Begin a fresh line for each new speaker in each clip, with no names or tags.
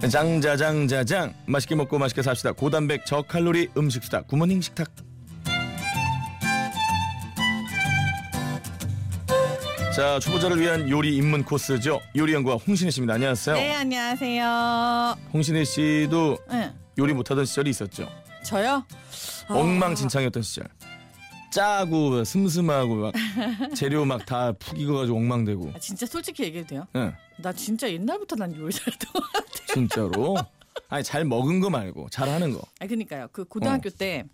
장자장자장 맛있게 먹고 맛있게 삽시다 고단백 저칼로리 음식수다 구모닝 식탁 자 초보자를 위한 요리 입문 코스죠 요리연구가 홍신혜 씨입니다 안녕하세요
네, 안녕하세요.
홍신혜 씨도
응.
요리 못하던 시절이 있었죠
저요? 아,
엉망진창이었던 시절 짜고 슴슴하고 막 재료 막 다 푹 익어가지고 엉망되고
아, 진짜 솔직히 얘기해도 돼요?
응
나 진짜 옛날부터 난 요리 잘했던 것 같아.
진짜로 아니 잘 먹은 거 말고 잘하는 거
아, 그니까요. 그
어.
고등학교 때,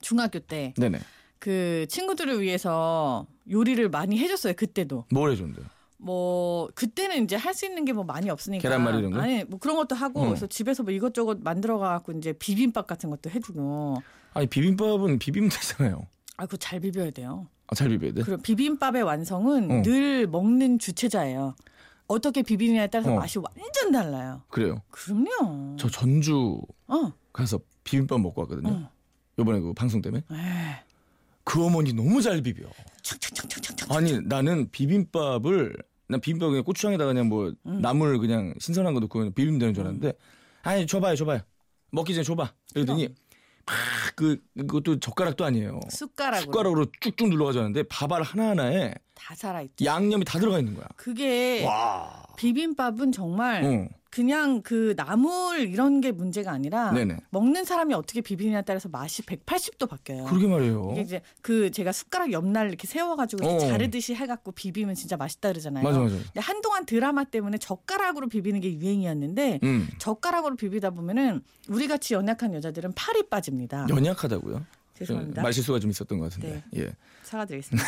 중학교 때,
네네
그 친구들을 위해서 요리를 많이 해줬어요. 그때도.
뭘 해줬는데
뭐, 그때는 이제 할 수 있는 게 뭐 많이 없으니까.
계란말이 이런 거?
아니, 뭐 그런 것도 하고,
어.
그래서 집에서 뭐 이것저것 만들어가갖고 이제 비빔밥 같은 것도 해주고.
아니 비빔밥은 비비면 되잖아요.
아, 그거 잘 비벼야 돼요.
아, 잘 비벼야 돼?
그리고 비빔밥의 완성은
어.
늘 먹는 주체자예요. 어떻게 비비느냐에 따라서
어.
맛이 완전 달라요.
그래요
그럼요.
저 전주
어.
가서 비빔밥 먹고 왔거든요.
어.
요번에 그 방송 때문에.
에이,
그 어머니 너무 잘 비벼.
촥촥촥촥촥.
아니 나는 비빔밥을 난 비빔밥 그냥 고추장에다 그냥 뭐
음.
나물 그냥 신선한 거 넣고 그냥 비빔 되는 줄 알았는데 아니 줘봐요 줘봐요 먹기 전에 줘봐 이러더니 막그 그것도 젓가락도 아니에요
숟가락으로
숟가락으로 쭉쭉 눌러가지고 밥알 하나 하나에
다 살아있죠.
양념이 다 들어가 있는 거야.
그게
와. 어.
비빔밥은 정말
응.
그냥 그 나물 이런 게 문제가 아니라
네네.
먹는 사람이 어떻게 비비느냐에 따라서 맛이 180도 바뀌어요.
그러게 말이에요.
이게 이제 그 제가 숟가락 옆날 이렇게 세워가지고 이렇게
어.
자르듯이 해갖고 비비면 진짜 맛있다 그러잖아요.
맞아 맞아.
근데 한동안 드라마 때문에 젓가락으로 비비는 게 유행이었는데
음.
젓가락으로 비비다 보면은 우리 같이 연약한 여자들은 팔이 빠집니다.
연약하다고요?
아. 죄송합니다. 네.
말 실수가 좀 있었던 것 같은데. 예.
사과드리겠습니다.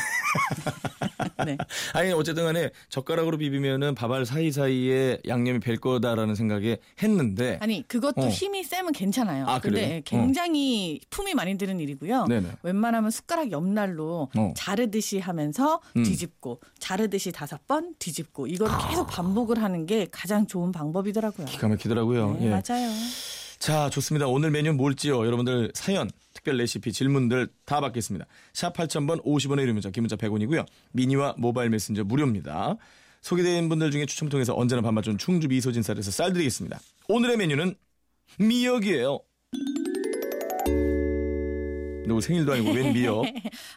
네.
아니 어쨌든 간에 젓가락으로 비비면은 밥알 사이사이에 양념이 벨 거다라는 생각에 했는데
아니 그것도
어.
힘이 세면 괜찮아요.
아,
근데
그래요?
예, 굉장히 품이 많이 드는 일이고요.
네네.
웬만하면 숟가락 옆날로
어.
자르듯이 하면서
음. 아.
뒤집고 자르듯이 다섯 번 뒤집고 이걸 계속 반복을 하는 게 가장 좋은 방법이더라고요.
기가 막히더라고요.
네,
예.
맞아요.
자, 좋습니다. 오늘 메뉴 뭘지요? 여러분들 사연, 특별 레시피, 질문들 다 받겠습니다. 샵 8000번 50원의 유료 문자, 기문자 100원이고요. 미니와 모바일 메신저 무료입니다. 소개된 분들 중에 추첨 통해서 언제나 밥맛 좋은 충주 미소진쌀에서 쌀 드리겠습니다. 오늘의 메뉴는 미역이에요. 누구 생일도 아니고 웬 미역?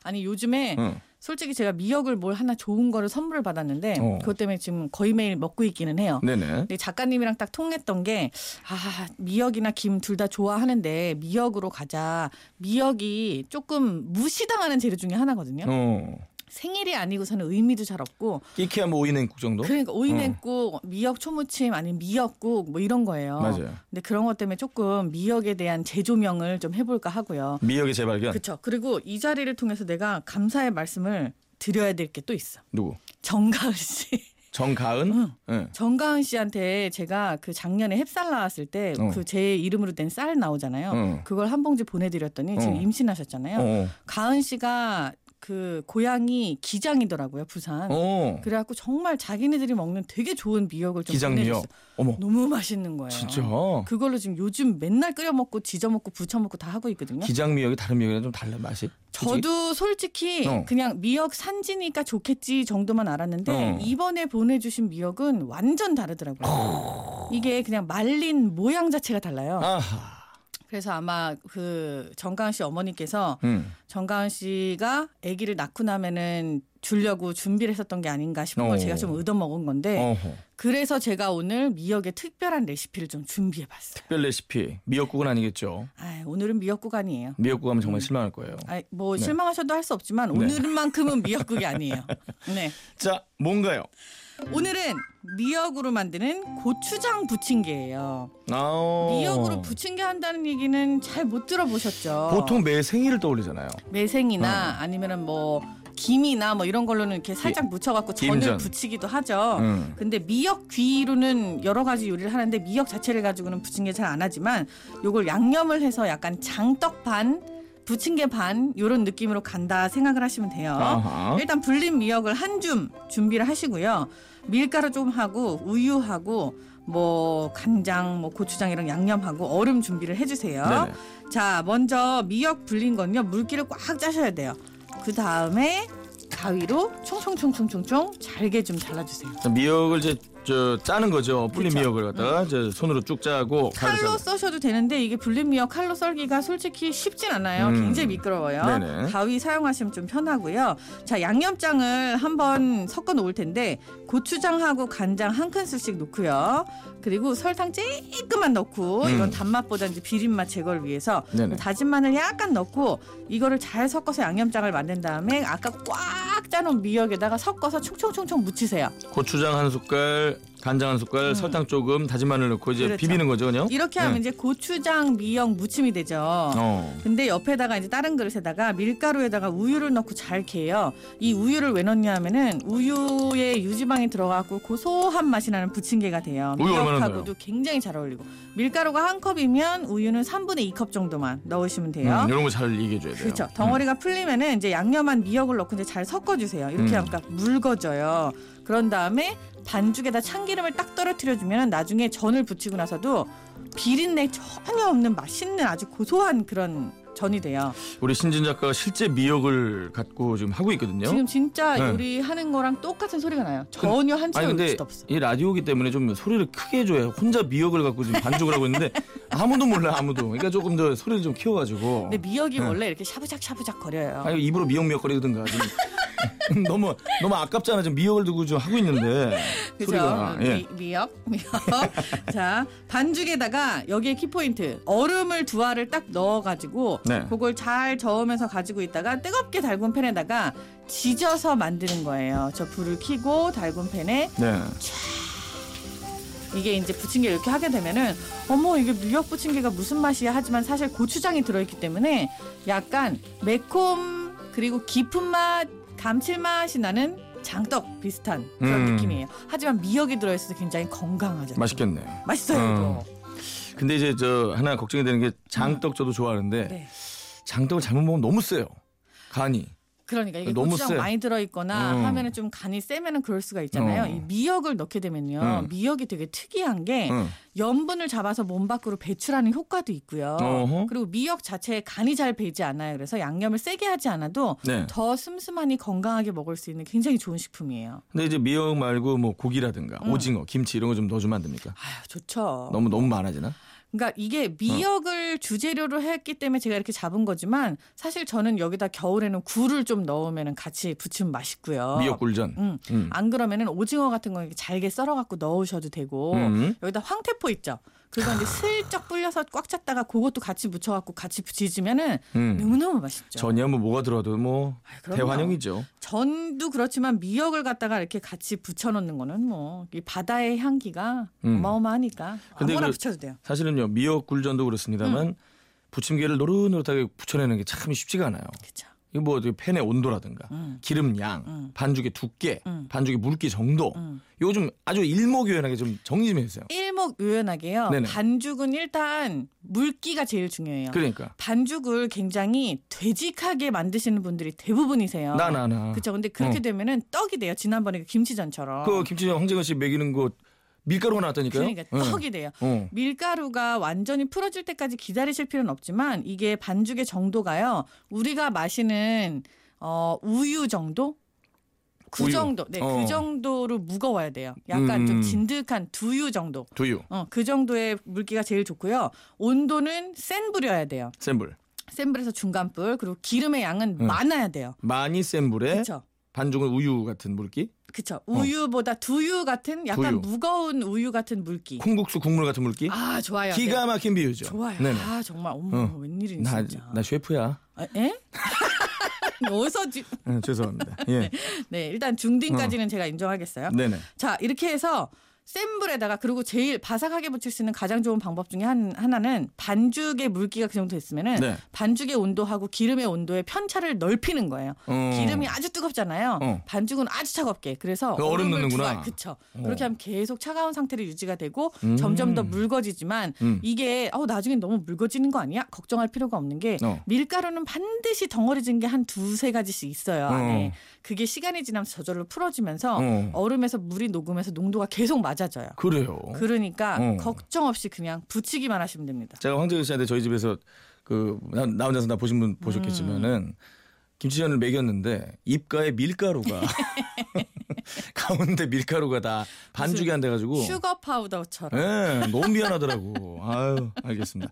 아니 요즘에
응.
솔직히 제가 미역을 뭘 하나 좋은 거를 선물을 받았는데
어.
그것 때문에 지금 거의 매일 먹고 있기는 해요.
네네.
근데 작가님이랑 딱 통했던 게, 아, 미역이나 김 둘 다 좋아하는데, 미역으로 가자. 미역이 조금 무시당하는 재료 중에 하나거든요.
어.
생일이 아니고서는 의미도 잘 없고,
끼키야 뭐 오이냉국 정도?
그러니까 오이냉국, 미역 초무침, 아니면 미역국, 뭐 이런 거예요.
맞아요.
근데 그런 것 때문에 조금 미역에 대한 재조명을 좀 해볼까 하고요.
미역의 재발견.
그쵸. 그리고 이 자리를 통해서 내가 감사의 말씀을 드려야 될 게 또 있어.
누구?
정가을 씨.
정가은?
응.
응.
정가은 씨한테 제가 그 작년에 햅쌀 나왔을 때
어.
그 제 이름으로 된 쌀 나오잖아요.
어.
그걸 한 봉지 보내드렸더니 지금
어.
임신하셨잖아요.
어.
가은 씨가 그 고향이 기장이더라고요, 부산.
어.
그래갖고 정말 자기네들이 먹는 되게 좋은 미역을 좀
기장 미역.
보내줬어요.
어머.
너무 맛있는 거예요.
진짜.
그걸로 지금 요즘 맨날 끓여 먹고 지져 먹고 부쳐 먹고 다 하고 있거든요.
기장 미역이 다른 미역이랑 좀 달라 맛이? 솔직히?
네. 저도 솔직히
어.
그냥 미역 산지니까 좋겠지 정도만 알았는데
어.
이번에 보내주신 미역은 완전 다르더라고요. 이게 그냥 말린 모양 자체가 달라요.
어. 아하.
그래서 아마 그 정가은 씨 어머니께서
음.
정가은 씨가 아기를 낳고 나면은 주려고 준비를 했었던 게 아닌가 싶은
어.
걸 제가 좀 얻어먹은 건데
어허.
그래서 제가 오늘 미역의 특별한 레시피를 좀 준비해봤어요.
특별 레시피 미역국은 아니겠죠.
아, 오늘은 미역국 아니에요.
미역국 하면 정말 실망할 거예요.
아, 뭐
네.
실망하셔도 할 수 없지만
네.
오늘만큼은 미역국이 아니에요. 네.
자, 뭔가요?
오늘은 미역으로 만드는 고추장 부침개예요.
아오.
미역으로 부침개 한다는 얘기는 잘 못 들어보셨죠?
보통 어. 매 생일을 떠올리잖아요.
매생이나 아니면은 뭐 김이나 뭐 이런 걸로는 이렇게 살짝 묻혀갖고 전을
예. 김전.
부치기도 하죠.
음.
근데 미역 귀로는 여러 가지 요리를 하는데 미역 자체를 가지고는 부침개 잘 안 하지만 요걸 양념을 해서 약간 장떡 반, 부침개 반 요런 느낌으로 간다 생각을 하시면 돼요.
아하.
일단 불린 미역을 한 줌 준비를 하시고요. 밀가루 좀 하고 우유하고 뭐 간장, 뭐 고추장 이런 양념하고 얼음 준비를 해주세요.
네네.
자, 먼저 미역 불린 건요 물기를 꽉 짜셔야 돼요. 그 다음에 가위로 총총총총총총 잘게 좀 잘라주세요.
자, 미역을 이제 저 짜는 거죠. 불린
그쵸.
미역을 갖다가 저 손으로 쭉 짜고
그렇죠. 음. 칼로
가위로
써셔도 되는데 이게 불림미역 칼로 썰기가 솔직히 쉽진 않아요.
음.
굉장히 미끄러워요.
네네.
가위 사용하시면 좀 편하고요. 자 양념장을 한번 섞어 놓을 텐데 고추장하고 간장 한 큰술씩 넣고요. 그리고 설탕 쬐끔만 넣고
음.
이건 단맛보다 이제 비린맛 제거를 위해서
네네.
다진 마늘 약간 넣고 이거를 잘 섞어서 양념장을 만든 다음에 아까 꽉 짜놓은 미역에다가 섞어서 총총총총 묻히세요.
고추장 한 숟갈, 간장 한 숟갈, 설탕 조금, 다진 마늘 넣고 이제
음. 그렇죠.
비비는 거죠, 그냥.
이렇게 하면
네.
이제 고추장 미역 무침이 되죠.
어.
근데 옆에다가 이제 다른 그릇에다가 밀가루에다가 우유를 넣고 잘 개요. 이 우유를 왜 넣냐 하면은 우유에 유지방이 들어가고 고소한 맛이 나는 부침개가 돼요.
우유 얼마나
미역하고도 굉장히 잘 어울리고 밀가루가 한 컵이면 우유는 3분의 2컵 정도만 넣으시면 돼요.
음, 이런 거 잘 이겨줘야 돼요. 네.
그렇죠. 덩어리가 풀리면은 이제 양념한 미역을 넣고 이제 잘 섞어주세요. 이렇게
음.
약간 묽어져요. 그런 다음에 반죽에다 참기름을 딱 떨어뜨려주면 나중에 전을 부치고 나서도 비린내 전혀 없는 맛있는 아주 고소한 그런 전이 돼요.
우리 신진 작가가 실제 미역을 갖고 지금 하고 있거든요.
지금 진짜
네.
요리하는 거랑 똑같은 소리가 나요. 전혀 한
아니
치의
근데
음식도 없어.
이 라디오기 때문에 좀 소리를 크게 해줘요. 혼자 미역을 갖고 지금 반죽을 하고 있는데 아무도 몰라 아무도. 그러니까 조금 더 소리를 좀 키워가지고.
근데 미역이
네.
원래 이렇게 샤브작 샤브작 거려요.
아니 입으로 미역 미역거리든가. 좀 너무 너무 아깝잖아. 지금 미역을 두고 좀 하고 있는데 소리가.
그죠? 네.
예.
미, 역 미역. 자, 반죽에다가 여기에 키포인트. 얼음을 두 알을 딱 넣어가지고,
네.
그걸 잘 저으면서 가지고 있다가 뜨겁게 달군 팬에다가 지져서 만드는 거예요. 저 불을 켜고 달군 팬에
네.
이게 이제 부침개 이렇게 하게 되면은 어머 이게 미역 부침개가 무슨 맛이야 하지만 사실 고추장이 들어있기 때문에 약간 매콤 그리고 깊은 맛 감칠맛이 나는 장떡 비슷한 그런
음.
느낌이에요. 하지만 미역이 들어있어서 굉장히 건강하죠.
맛있겠네.
맛있어요.
음.
이거.
근데 이제 저 하나 걱정이 되는 게 장떡 저도 좋아하는데
네.
장떡을 잘못 먹으면 너무 세요. 간이.
그러니까 이게
너무
고추장
세.
많이 들어있거나
음.
하면은 좀 간이 세면은 그럴 수가 있잖아요.
음.
이 미역을 넣게 되면요,
음.
미역이 되게 특이한 게
응.
염분을 잡아서 몸 밖으로 배출하는 효과도 있고요.
어허.
그리고 미역 자체에 간이 잘 배지 않아요. 그래서 양념을 세게 하지 않아도
네.
더 슴슴하니 건강하게 먹을 수 있는 굉장히 좋은 식품이에요.
근데 이제 미역 말고 뭐 고기라든가
음. 어.
오징어, 김치 이런 거 좀 넣어주면 안 됩니까?
아유 좋죠.
너무 너무 많아지나?
그러니까 이게 미역을 주재료로 했기 때문에 제가 이렇게 잡은 거지만 사실 저는 여기다 겨울에는 굴을 좀 넣으면 같이 부치면 맛있고요.
미역 굴전.
음.
음.
안 그러면은 오징어 같은 거 이렇게 잘게 썰어갖고 넣으셔도 되고
음.
여기다 황태포 있죠. 그거 이제 슬쩍 불려서 꽉 찼다가 그것도 같이 무쳐갖고 같이 부치지면은
음.
너무너무 맛있죠.
전이 뭐 뭐가 들어도 뭐
아이, 그럼요.
대환영이죠.
전도 그렇지만 미역을 갖다가 이렇게 같이 붙여놓는 거는 뭐 이 바다의 향기가
음.
어마어마하니까
근데
아무거나
그-
붙여도 돼요.
사실은요 미역 굴전도
음.
그렇습니다만 부침개를 노릇노릇하게 붙여내는 게 참 쉽지가 않아요.
그렇죠.
이거 뭐 어떻게 팬의 온도라든가
음.
기름 양,
음.
반죽의 두께,
음.
반죽의 묽기 정도.
음.
요즘 아주 일목요연하게 좀 정리 좀 해주세요.
일목요연하게요.
네네.
반죽은 일단 물기가 제일 중요해요.
그러니까
반죽을 굉장히 되직하게 만드시는 분들이 대부분이세요.
나 나나
그렇죠. 근데 그렇게 되면은 떡이 돼요. 지난번에 그 김치전처럼.
그 김치 황재근 씨 먹이는 거 밀가루가 나왔다니까요.
그러니까
응.
떡이 돼요.
어.
밀가루가 완전히 풀어질 때까지 기다리실 필요는 없지만 이게 반죽의 정도가요. 우리가 마시는 어, 우유 정도? 그
우유.
정도. 네,
어.
그 정도로 무거워야 돼요. 약간 좀
음.
진득한 두유 정도.
두유,
어, 그 정도의 물기가 제일 좋고요. 온도는 센 불이어야 돼요.
센 불,
센 불에서 중간 불. 그리고 기름의 양은
음.
많아야 돼요.
많이 센 불에
그렇죠.
반죽은 우유 같은 물기,
그렇죠. 우유보다 두유 같은 약간 무거운 우유 같은 물기.
콩국수 국물 같은 물기.
아, 좋아요. 네.
기가 막힌 비유죠.
좋아요.
네네.
아 정말 어머
응.
웬일이니
나,
진짜.
나 셰프야.
아, 에? 어디서 지...
응, 죄송합니다. 예.
네 일단 중딩까지는 제가 인정하겠어요.
네네.
자 이렇게 해서 센 불에다가 그리고 제일 바삭하게 붙일 수 있는 가장 좋은 방법 중에 한, 하나는 반죽의 물기가 그 정도 됐으면은
네.
반죽의 온도하고 기름의 온도의 편차를 넓히는 거예요.
어.
기름이 아주 뜨겁잖아요.
어.
반죽은 아주 차갑게. 그래서
그 얼음
얼음을
넣는구나.
그쵸
어.
그렇게 하면 계속 차가운 상태로 유지가 되고
음.
점점 더 묽어지지만
음.
이게 어 나중에 너무 묽어지는 거 아니야? 걱정할 필요가 없는 게
어.
밀가루는 반드시 덩어리진 게 한 두세 가지씩 있어요.
어.
안에. 그게 시간이 지나면서 저절로 풀어지면서
어.
얼음에서 물이 녹으면서 농도가 계속 맞아져요.
그래요.
그러니까
어.
걱정 없이 그냥 붙이기만 하시면 됩니다. 음.
제가 황재근 씨한테 저희 집에서 그 나 혼자서 나 보신 분 보셨겠지만은 김치전을 먹였는데 입가에 밀가루가 가운데 밀가루가 다 반죽이 안 돼가지고
슈거 파우더처럼.
예, 너무 미안하더라고. 아유, 알겠습니다.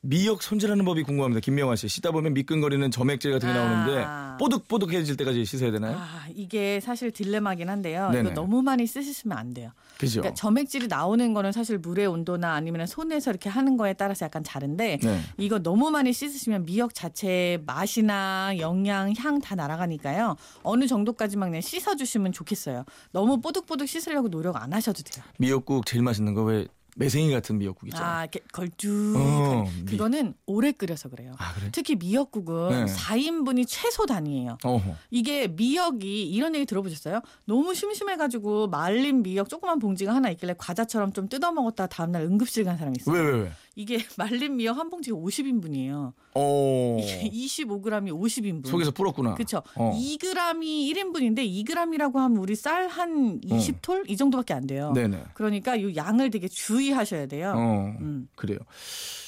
미역 손질하는 법이 궁금합니다. 김명화 씨. 씻다 보면 미끈거리는 점액질 같은 게 나오는데
아.
뽀득뽀득해질 때까지 씻어야 되나요?
아 이게 사실 딜레마긴 한데요.
네? 네네.
이거 너무 많이 쓰시면 안 돼요.
그죠?
그러니까 점액질이 나오는 거는 사실 물의 온도나 아니면 손에서 이렇게 하는 거에 따라서 약간 다른데
네.
이거 너무 많이 씻으시면 미역 자체의 맛이나 영양, 향 다 날아가니까요. 어느 정도까지만 그냥 씻어주시면 좋겠어요. 너무 뽀득뽀득 씻으려고 노력 안 하셔도 돼요.
미역국 제일 맛있는 거 왜 매생이 같은 미역국 있잖아.
아, 이렇게 걸쭉.
어, 미-
그거는 오래 끓여서 그래요.
아, 그래?
특히 미역국은
네.
4인분이 최소 단위예요.
어허.
이게 미역이 이런 얘기 들어보셨어요? 너무 심심해가지고 말린 미역 조그만 봉지가 하나 있길래 과자처럼 좀 뜯어 먹었다 다음날 응급실 간 사람이 있어요.
왜, 왜, 왜?
이게 말린 미역 한 봉지가 50인분이에요.
어.
25g이 50인분.
속에서 불었구나.
그렇죠.
어.
2g이 1인분인데 2g이라고 하면 우리 쌀 한 20톨 이 정도밖에 안 돼요.
네네.
그러니까 이 양을 되게 주의하셔야 돼요.
어.
음.
그래요.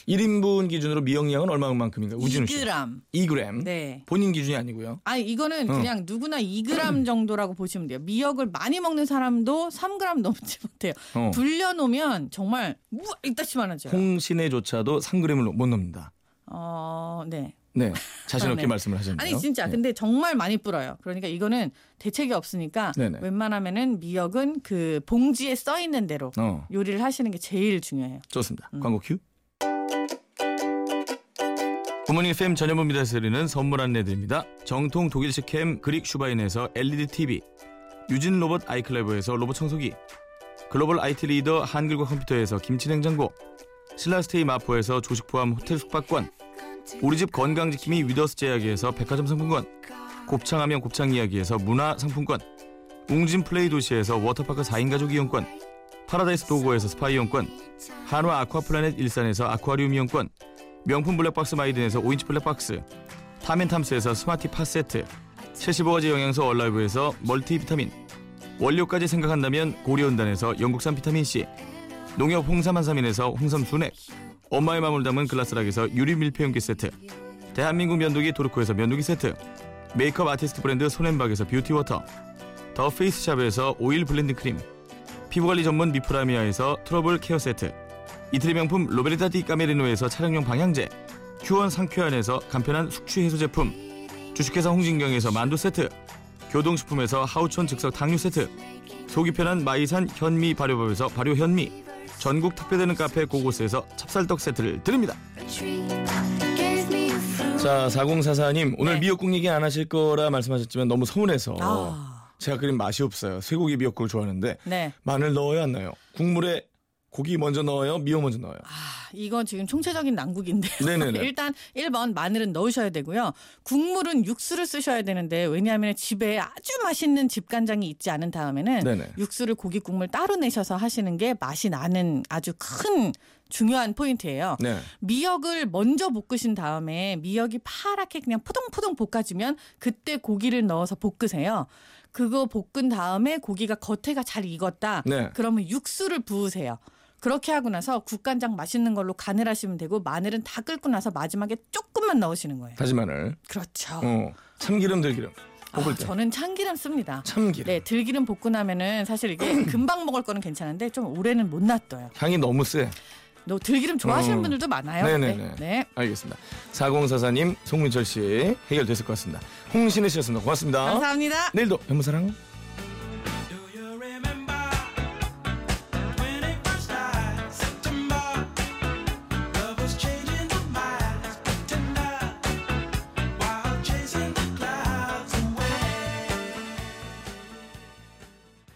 1인분 기준으로 미역량은 얼마만큼인가요? 우진우 씨.
2g.
2g.
그- 네.
본인 기준이 아니고요.
아 이거는
어.
그냥 누구나 2g 정도라고 보시면 돼요. 미역을 많이 먹는 사람도 3g 넘지 못해요.
어.
불려놓으면 정말 우와 이따치만하죠.
홍신혜조차도 3g을 못 넘는다.
어, 네.
네, 자신 없게
네.
말씀을 하셨네요.
아니 진짜
네.
근데 정말 많이 불어요. 그러니까 이거는 대책이 없으니까
네네.
웬만하면은 미역은 그 봉지에 써 있는 대로
어,
요리를 하시는 게 제일 중요해요.
좋습니다.
음.
광고 큐. 부모님 팸 전현무입니다. 드리는 선물 안내드립니다. 정통 독일식 캠 그릭 슈바인에서 LED TV, 유진 로봇 아이클레버에서 로봇 청소기, 글로벌 IT 리더 한글과 컴퓨터에서 김치 냉장고, 신라스테이 마포에서 조식 포함 호텔 숙박권, 우리 집 건강지킴이 위더스 제약에서 백화점 상품권, 곱창하면 곱창 이야기에서 문화 상품권, 웅진 플레이 도시에서 워터파크 4인 가족 이용권, 파라다이스 도고에서 스파 이용권, 한화 아쿠아플라넷 일산에서 아쿠아리움 이용권, 명품 블랙박스 마이든에서 5인치 블랙박스, 타멘탐스에서 스마티 팟세트, 75가지 영양소 얼라이브에서 멀티비타민, 원료까지 생각한다면 고려온단에서 영국산 비타민C, 농협 홍삼한삼인에서 홍삼순액, 엄마의 마음을 담은 글라스락에서 유리 밀폐용기 세트, 대한민국 면도기 도르코에서 면도기 세트, 메이크업 아티스트 브랜드 손앤박에서 뷰티워터, 더 페이스샵에서 오일 블렌드 크림, 피부관리 전문 미프라미아에서 트러블 케어 세트 이태리 명품 로베르타 디 까메리노에서 차량용 방향제 큐원 상쾌한에서 간편한 숙취 해소 제품 주식회사 홍진경에서 만두 세트 교동식품에서 하우촌 즉석 당류 세트 속이 편한 마이산 현미 발효밥에서 발효 현미 전국 특별되는 카페 고고스에서 찹쌀떡 세트를 드립니다 자 4044님 오늘
네.
미역국 얘기 안 하실 거라 말씀하셨지만 너무 서운해서
아,
제가 그림 맛이 없어요 쇠고기 미역국을 좋아하는데
네.
마늘 넣어요 안 넣어요? 국물에 고기 먼저 넣어요? 미역 먼저 넣어요?
아, 이건 지금 총체적인 난국인데요.
네네네.
일단 1번 마늘은 넣으셔야 되고요. 국물은 육수를 쓰셔야 되는데 왜냐하면 집에 아주 맛있는 집간장이 있지 않은 다음에는
네네.
육수를 고기 국물 따로 내셔서 하시는 게 맛이 나는 아주 큰 중요한 포인트예요.
네.
미역을 먼저 볶으신 다음에 미역이 파랗게 그냥 포동포동 볶아지면 그때 고기를 넣어서 볶으세요. 그거 볶은 다음에 고기가 겉에가 잘 익었다.
네.
그러면 육수를 부으세요. 그렇게 하고 나서 국간장 맛있는 걸로 간을 하시면 되고 마늘은 다 끓고 나서 마지막에 조금만 넣으시는 거예요.
다시 마늘.
그렇죠.
어. 참기름 들기름.
아,
볶을 때.
저는 참기름 씁니다.
참기름.
네, 들기름 볶고 나면은 사실 이게 금방 먹을 거는 괜찮은데 좀 오래는 못 놔둬요.
향이 너무 세.
너 들기름 좋아하시는
음.
분들도 많아요.
네네네.
네. 네.
알겠습니다. 4044님, 송민철 씨 해결됐을 것 같습니다. 홍신혜 씨였습니다. 고맙습니다.
감사합니다.
내일도 연무사랑.